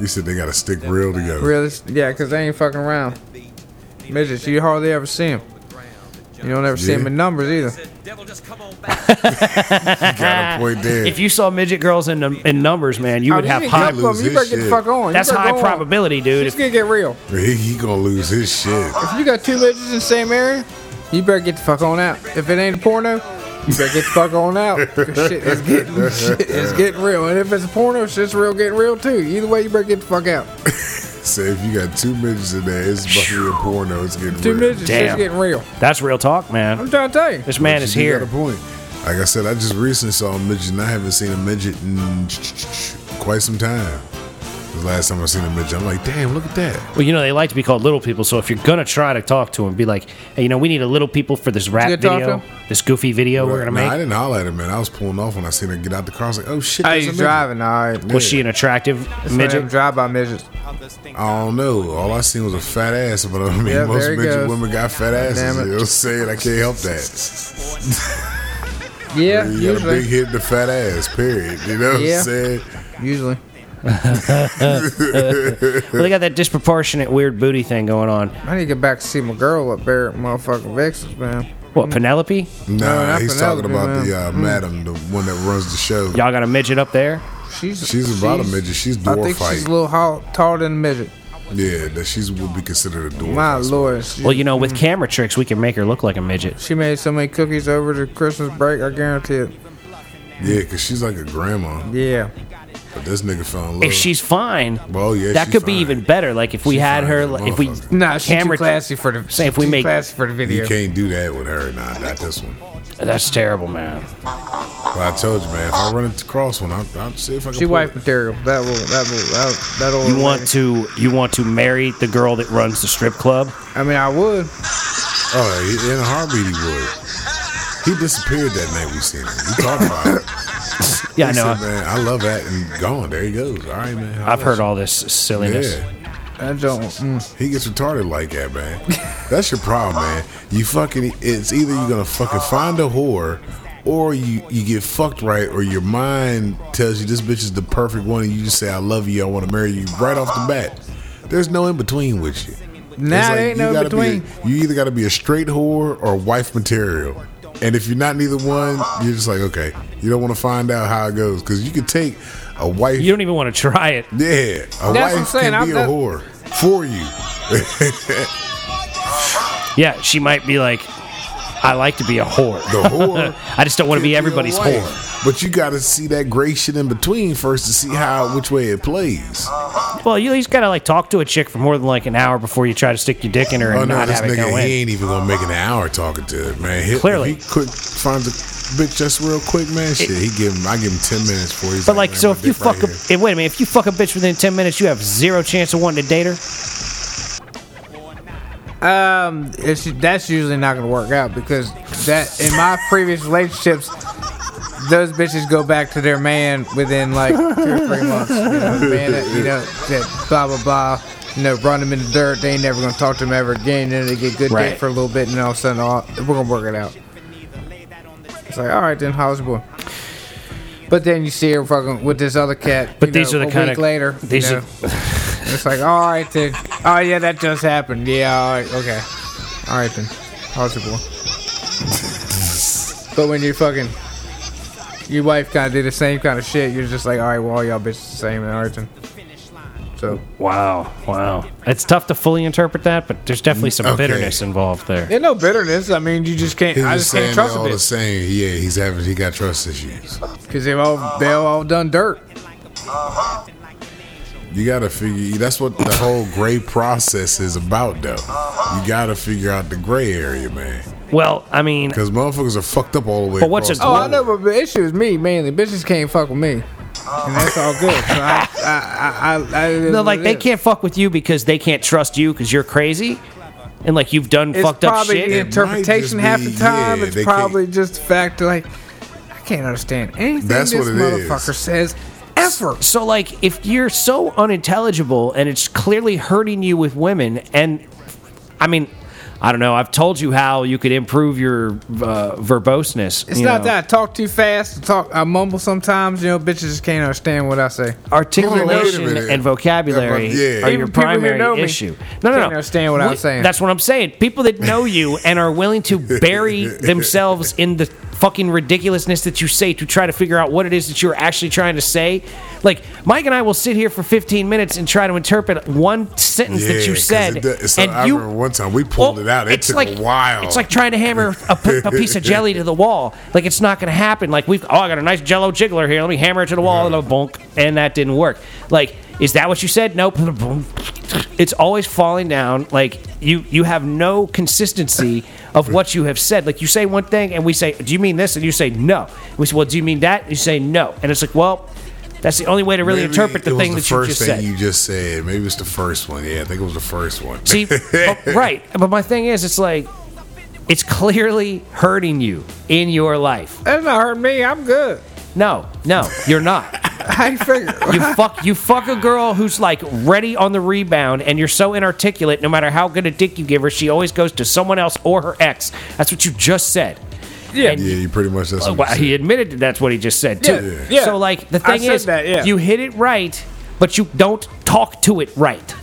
you said they got to stick real together.
Really? Yeah, because they ain't fucking around. Midgets, you hardly ever see them. You don't ever see
Yeah.
them in numbers either.
You
<laughs>
got a point there.
If you saw midget girls in num- in numbers, man, you
I
would
mean,
have
Oh, you
high.
can jump 'em,
Lose
You better
his
get the
shit.
fuck on. You
That's
better
high
go on.
probability, dude.
It's gonna get real.
he, he gonna lose his shit.
<laughs>
If you got two midgets in the same area, you better get the fuck on out. If it ain't a porno, you better get the fuck on out. 'Cause Shit
<laughs>
is getting shit is getting real. And if it's a porno, shit's real getting real too. Either way, you better get the fuck out.
So if you got two midgets in there, it's about to be a porno. It's getting
Two
real.
midgets, shit's
Damn.
getting real.
That's real talk,
I'm
man.
trying to tell you.
This man
But
is
you do
here.
Got a point. Like I said, I just recently saw a midget, and I haven't seen a midget in quite some time. The last time I seen a midget, I'm like, damn, look at that.
Well, you know they like to be called little people, so if you're gonna try to talk to them, be like, hey, you know, we need a little people for this rap
You gonna talk to
video,
'em?
this goofy video we're gonna
Nah, I
make.
didn't holler at him, man. I was pulling off when I seen her get out the car. I was like, oh shit,
Hey,
there's a
he's
midget.
driving. All right.
Was she an attractive midget?
Drive by midgets.
I don't know. All I seen was a fat ass, but I mean,
Yeah,
most
there it
midget
goes.
women got fat
Damn
asses.
it.
You know what I'm saying? I can't help that.
Yeah,
You got a big
usually.
hit in the fat ass, period. You know what
Yeah.
I'm saying?
Usually.
Well, they got that disproportionate weird booty thing going on.
I need to get back to see my girl up there at motherfucking Vixen's, man.
What Penelope?
No,
Nah,
not
he's talking
Penelope,
about the
man. Mm.
uh, madam, the one that runs the show.
Y'all got a midget up there?
She's
She's about a midget. She's
I think
dwarfite.
she's a little hall, taller than a midget.
Yeah, that she's would be considered a dwarf.
My
I suppose.
lord. She,
Well, you know,
Hmm.
with camera tricks, we can make her look like a midget.
she made so many cookies over the Christmas break. I guarantee it.
Yeah, because she's like a grandma.
Yeah.
But this nigga fell in love.
If she's fine,
well, yeah,
that
she's
could be
fine.
even better. Like if we
She's
had
fine
her,
as a
like, if we
motherfucker.
Nah, she's
Camera-
too classy for the.
Say if we
too
make-
classy for the
You
video.
can't do that with her, nah, not this one.
that's terrible, man.
But I told you, man, if I run across one, I'll, I'll see if I can.
She
pull
wife
it.
material. That will. That will. That will.
You want to you want to marry the girl that runs the strip club?
I mean, I would.
Oh, he, in a heartbeat, he would. He disappeared that night we seen him. We talked about it.
<laughs> Yeah, I
He
know.
said, man, I love that and gone. There he goes. All right, man. how
I've heard
much?
all this silliness.
Yeah.
I don't. Mm.
He gets retarded like that,
<laughs>
man. That's your problem, man. You fucking. It's either you're gonna fucking find a whore, or you you get fucked right, or your mind tells you this bitch is the perfect one, and you just say I love you, I want to marry you right off the bat. There's no in between with you. It's
Nah,
like
it ain't
you
no
gotta be-
between.
you either got to be a straight whore or wife material. And if you're not neither one, you're just like okay. You don't want to find out how it goes because you could take a wife.
You don't even want to try it.
Yeah, a
what I'm
wife
saying.
can
I'm
be a
not-
whore for you.
Yeah, she might be like, I like to be a whore.
The
<laughs>
whore.
I just don't want to be everybody's
Either way.
whore.
But you got to see that gray shit in between first to see how which way it plays.
Well, you at least gotta like talk to a chick for more than like an hour before you try to stick your dick in her and
Oh no,
not
this
have it
nigga
go in.
he ain't even gonna make an hour talking to it, man. He,
Clearly.
if he quick finds a bitch just real quick, man. Shit, he give him. I give him ten minutes for. He's
But like,
man,
so
my
if you
dick right
fuck a
here.
eh, wait a minute, if you fuck a bitch within ten minutes, you have zero chance of wanting to date her.
Um, it's that's usually not gonna work out because that in my previous relationships, those bitches go back to their man within like two or three months. You know, man, that, you know, that blah blah blah. You know, run them in the dirt. They ain't never gonna talk to them ever again. Then they get good
Right.
dick for a little bit, and all of a sudden, all, we're gonna work it out. It's like, all right, then, how's your boy? But then you see her fucking with this other cat.
But
you
these
know,
are the
a
kind
week
of
later. you
These
know.
are
It's like, all right then. Oh yeah, that just happened. Yeah, all right, okay. All right then. How's your boy? but when you fucking your wife kind of do the same kind of shit, you're just like, all right, well, all y'all bitches the same, and all right then. So
wow, wow. Mm, It's tough to fully interpret that, but there's definitely some
Okay.
bitterness involved there.
there's no bitterness. I mean, you just can't.
He's
I
just
just can't
saying they're
trust a
all the
bitch
same. Yeah, he's having he got trust issues.
because they've all they all done dirt.
You gotta figure. That's what the whole gray process is about, though. You gotta figure out the gray area, man.
Well, I mean,
Because motherfuckers are fucked up all the way.
But what's
across
a-
the
Oh, I
board.
know, but the issue is me mainly. Bitches can't fuck with me, and that's all good. So I, I, I, I, I
no, like they can't fuck with you because they can't trust you because you're crazy, and like you've done
it's
fucked up
probably
shit.
the
It might
interpretation
just
half
be-
the time.
yeah,
it's
they
probably just the fact that like I can't understand anything
That's
this
what it is.
motherfucker says ever.
So like if you're so unintelligible and it's clearly hurting you with women and I mean I don't know I've told you how you could improve your uh, verboseness
It's
you
not
know.
that I talk too fast. I talk, I mumble sometimes. You know, bitches just can't understand what I say.
Wait a
articulation
minute.
and vocabulary
Yeah,
are
but- yeah.
your
Even people who
primary
know me
issue no no no
can't understand what I'm
Wh-
saying.
that's what I'm saying people that know you and are willing to
<laughs>
bury themselves in the fucking ridiculousness that you say to try to figure out what it is that you're actually trying to say like Mike and I will sit here for 15 minutes and try to interpret one sentence
Yeah,
that you
'cause
said
It, does- so I
and you
remember one time we pulled
well,
it out. It
it's
took
like,
a while.
It's like trying to hammer a, p- a piece of jelly to the wall. Like it's not going to happen. Like we've oh, I got a nice Jello jiggler here. Let me hammer it to the wall and a bonk, and that didn't work. Like is that what you said? Nope. <laughs> It's always falling down. Like you you have no consistency of what you have said. Like you say one thing and we say, do you mean this? And you say no. We say, well, do you mean that? you say no. And it's like, well, that's the only way to really
Maybe
interpret the
it was
thing
the
that you
first
just
thing
said.
you just said. Maybe it's the first one. Yeah, I think it was the first one. <laughs>
See, but- right. But my thing is, it's like, it's clearly hurting you in your life.
That's not hurt me. I'm good.
No, no, you're not.
How you figure?
<laughs> You fuck, you fuck a girl who's like ready on the rebound, and you're so inarticulate. No matter how good a dick you give her, she always goes to someone else or her ex. That's what you just said.
Yeah.
And
yeah, you pretty much that's what
well,
you said.
Oh, he admitted that that's what he just said too.
Yeah, yeah.
So like the
I
thing
said
is,
that, yeah.
you hit it right, but you don't talk to it right.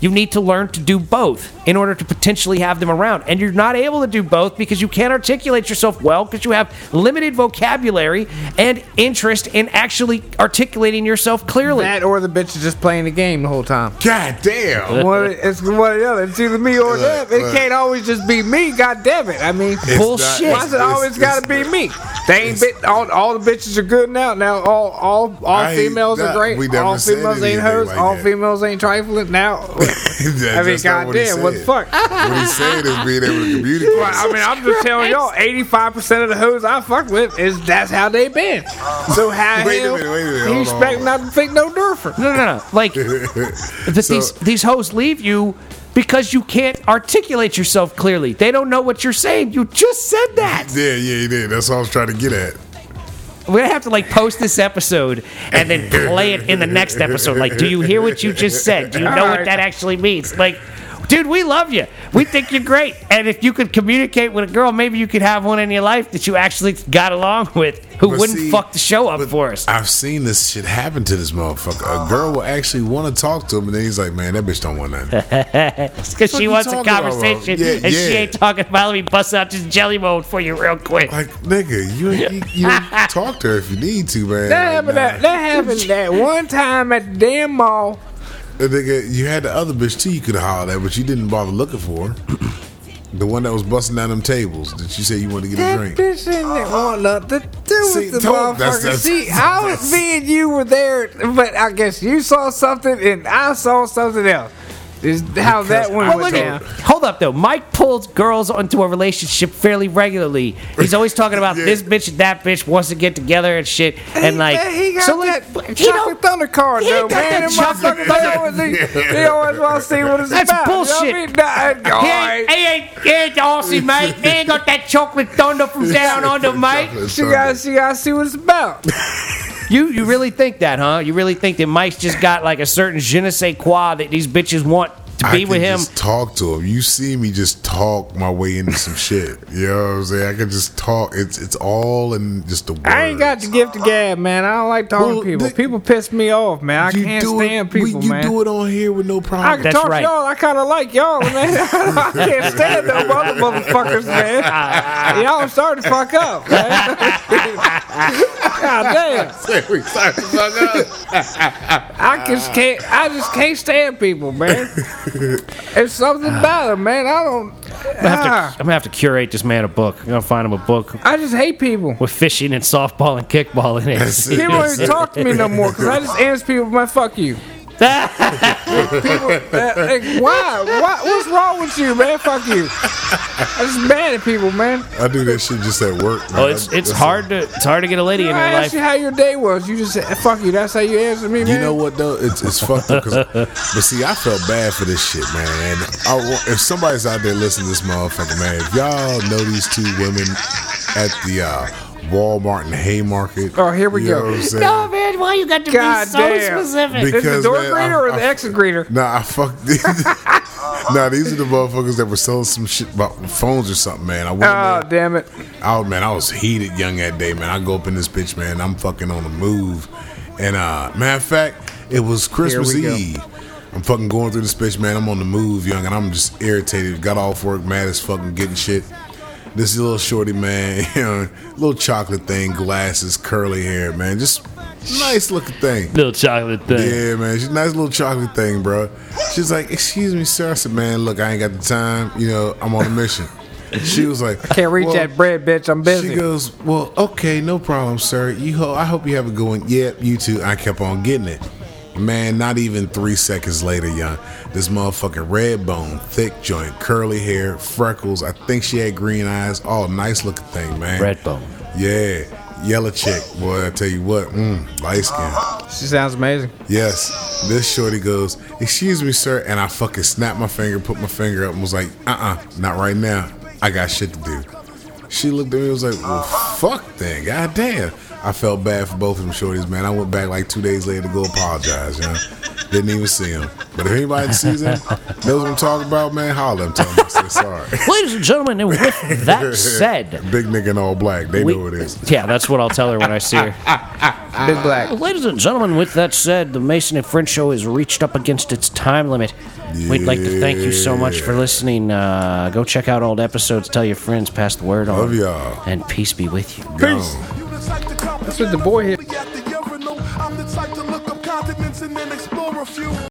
You need to learn to do both in order to potentially have them around, and you're not able to do both because you can't articulate yourself well because you have limited vocabulary and interest in actually articulating yourself clearly.
That or the bitch is just playing the game the whole time.
God damn. <laughs>
One, it's one or the other. It's either me or them. It
look.
can't always just be me. God damn it! I mean,
It's
Bullshit.
not-
Why
Why's it always
it's-
got to be me? They ain't bit, all, all the bitches are good now. Now all all all
I ain't-
females
nah,
are great.
we never
All
said
females ain't
anything
hoes.
like
all
that.
females ain't trifling now.
<laughs>
I mean,
that's not what he
goddamn, what the
said.
fuck? Well,
What he said is being able
<laughs>
to communicate.
I mean, I'm just telling y'all, 85% of the hoes I fuck with is that's how they been.
<laughs>
So how
Wait a
hell
minute, wait a minute,
you
hold on,
expect
hold
not to think no different?
no, no, no.
<laughs>
Like that these these hoes leave you because you can't articulate yourself clearly. They don't know what you're saying. You just said that.
yeah, yeah, he did. That's what I was trying to get at.
We're gonna have to like post this episode and then play it in the next episode. Like, do you hear what you just said? Do you know what
Alright.
that actually means? Like, dude, we love you. We think you're great. And if you could communicate with a girl, maybe you could have one in your life that you actually got along with who
But
wouldn't
see,
fuck the show up
but
for us.
I've seen this shit happen to this motherfucker. A girl will actually want to talk to him, and then he's like, "Man, that bitch don't want
<laughs>
nothing."
Because
what
she
you
wants a
talking about, bro?
conversation
Yeah,
and she
yeah.
ain't talking about let me bust out this jelly mold for you real quick.
like, nigga, you you, you
<laughs>
talk to her if you need to, man. Like,
That happened,
nah.
that, that
<laughs>
happened that one time at the damn mall.
Uh, Nigga, you had the other bitch too you could have hollered at, but you didn't bother looking for
<clears throat>
her. the one that was busting down them tables that you said you wanted to get a
That
drink. Uh-huh.
bitch didn't want nothing to do
See,
with the
don't-
motherfucker.
that's- that's- <laughs>
See, I was me and you were there, but I guess you saw something and I saw something else. Is how that one
Oh,
went
look
down.
at, hold up though. Mike pulls girls into a relationship fairly regularly. He's always talking about
<laughs> Yeah.
this bitch and that bitch wants to get together and shit. And
He-
like,
man, he got
so like,
that
he don't-
chocolate thunder card
he
though,
got that
man. That
chocolate
motherfucker
thunder-
<laughs>
knows he, he always want to see what it's
That's
about. You
bullshit.
know what I mean? Nah, all
He
right.
ain't, he ain't, he ain't the
<laughs>
Aussie, mate. He ain't got that chocolate thunder from down under, mate.
Chocolate
She
thunder.
got, she got to see what it's about.
You you really think that, huh? You really think that Mike's just got like a certain je ne sais quoi that these bitches want to
I
be
can
with him?
Just talk to him. You see me just talk my way into some shit. You know what I'm saying? I can just talk. It's it's all in just the words.
I ain't got the gift of gab, man. I don't like talking
Well,
to people.
the-
people piss me off, man. I
You
can't
do it-
stand
we-
people,
you
man.
do it on here with no
I can
problem.
That's
talk
right.
y'all. I kind of like y'all, man. <laughs> I can't stand them other motherfuckers, man. y'all starting to fuck up, man. God damn. I just can't. I just can't stand people, man. It's something about them, man. I don't.
I'm gonna have
Ah,
to- I'm gonna have to curate this man a book. I'm gonna find him a book
I just hate people.
with fishing and softball and kickball in
That's
it.
it.
<laughs>
People don't even talk to me no more because I just answer people, man. Fuck you. people, uh, like, why? Why? What's wrong with you, man? Fuck you. I'm just mad at people, man.
I do that shit just at work. Man.
Oh, it's it's
That's
hard to it's hard to get a lady in your
I asked
life.
you how your day was. You just said, fuck you. That's how you answer me, man.
You know what though? It's it's fucked up. 'cause- but see, I felt bad for this shit, man. And I, wa- if somebody's out there listening to this motherfucker, man, if y'all know these two women at the uh, Walmart and Haymarket,
Oh, here we
you
go.
Know what I'm saying?
No, Oh, man, why you got to
God
be so
damn.
specific?
Is the
Because,
door
man,
greeter
I-
or the
I-
exit greeter?
Nah, I fucked. <laughs> these- nah, these are the motherfuckers that were selling some shit about phones or something, man. I went in
Oh,
there-
damn it.
Oh man, I was heated young that day, man. I go up in this bitch, man. I'm fucking on the move, and uh, matter of fact, it was Christmas
we go.
Eve. I'm fucking going through this bitch, man. I'm on the move, young, and I'm just irritated. Got off work, mad as fucking getting shit. This little shorty, man, <laughs> you know, little chocolate thing, glasses, curly hair, man, just nice looking thing.
Little chocolate thing.
Yeah, man. She's a nice little chocolate thing, bro. She's like, excuse me, sir. I said, man, look, I ain't got the time. You know, I'm on a
<laughs>
mission. She was like,
Can't reach
well,
that bread, bitch. I'm
She
busy.
goes, well, okay, no problem, sir. You, ho- I hope you have a good one. Yep, you too. I kept on getting it. Man, not even three seconds later, young. This motherfucking red bone, thick joint, curly hair, freckles. I think she had green eyes. Oh, nice looking thing, man.
Red bone.
Yeah, yellow chick. Boy, I tell you what, mm, light skin.
She sounds amazing.
Yes. This shorty goes, Excuse me, sir. And I fucking snapped my finger, put my finger up, and was like, Uh uh not right now. I got shit to do. She looked at me and was like, Well, fuck then. God damn. I felt bad for both of them shorties, man. I went back like two days later to go apologize, you know. Didn't even see him. But if anybody sees him, knows what I'm talking about, man, holler and tell him I said sorry.
Ladies and gentlemen, and
<laughs>
with that said,
Big nigga in all black. They
we,
know it is.
yeah, that's what I'll tell her when I see her.
Big black.
Ladies and gentlemen, with that said, the Mason and French show has reached up against its time limit. We'd like to thank you so much for listening. Uh, go check out old episodes, tell your friends, pass the word on.
Love y'all.
And peace be with you.
Peace.
Gone.
That's what the boy here.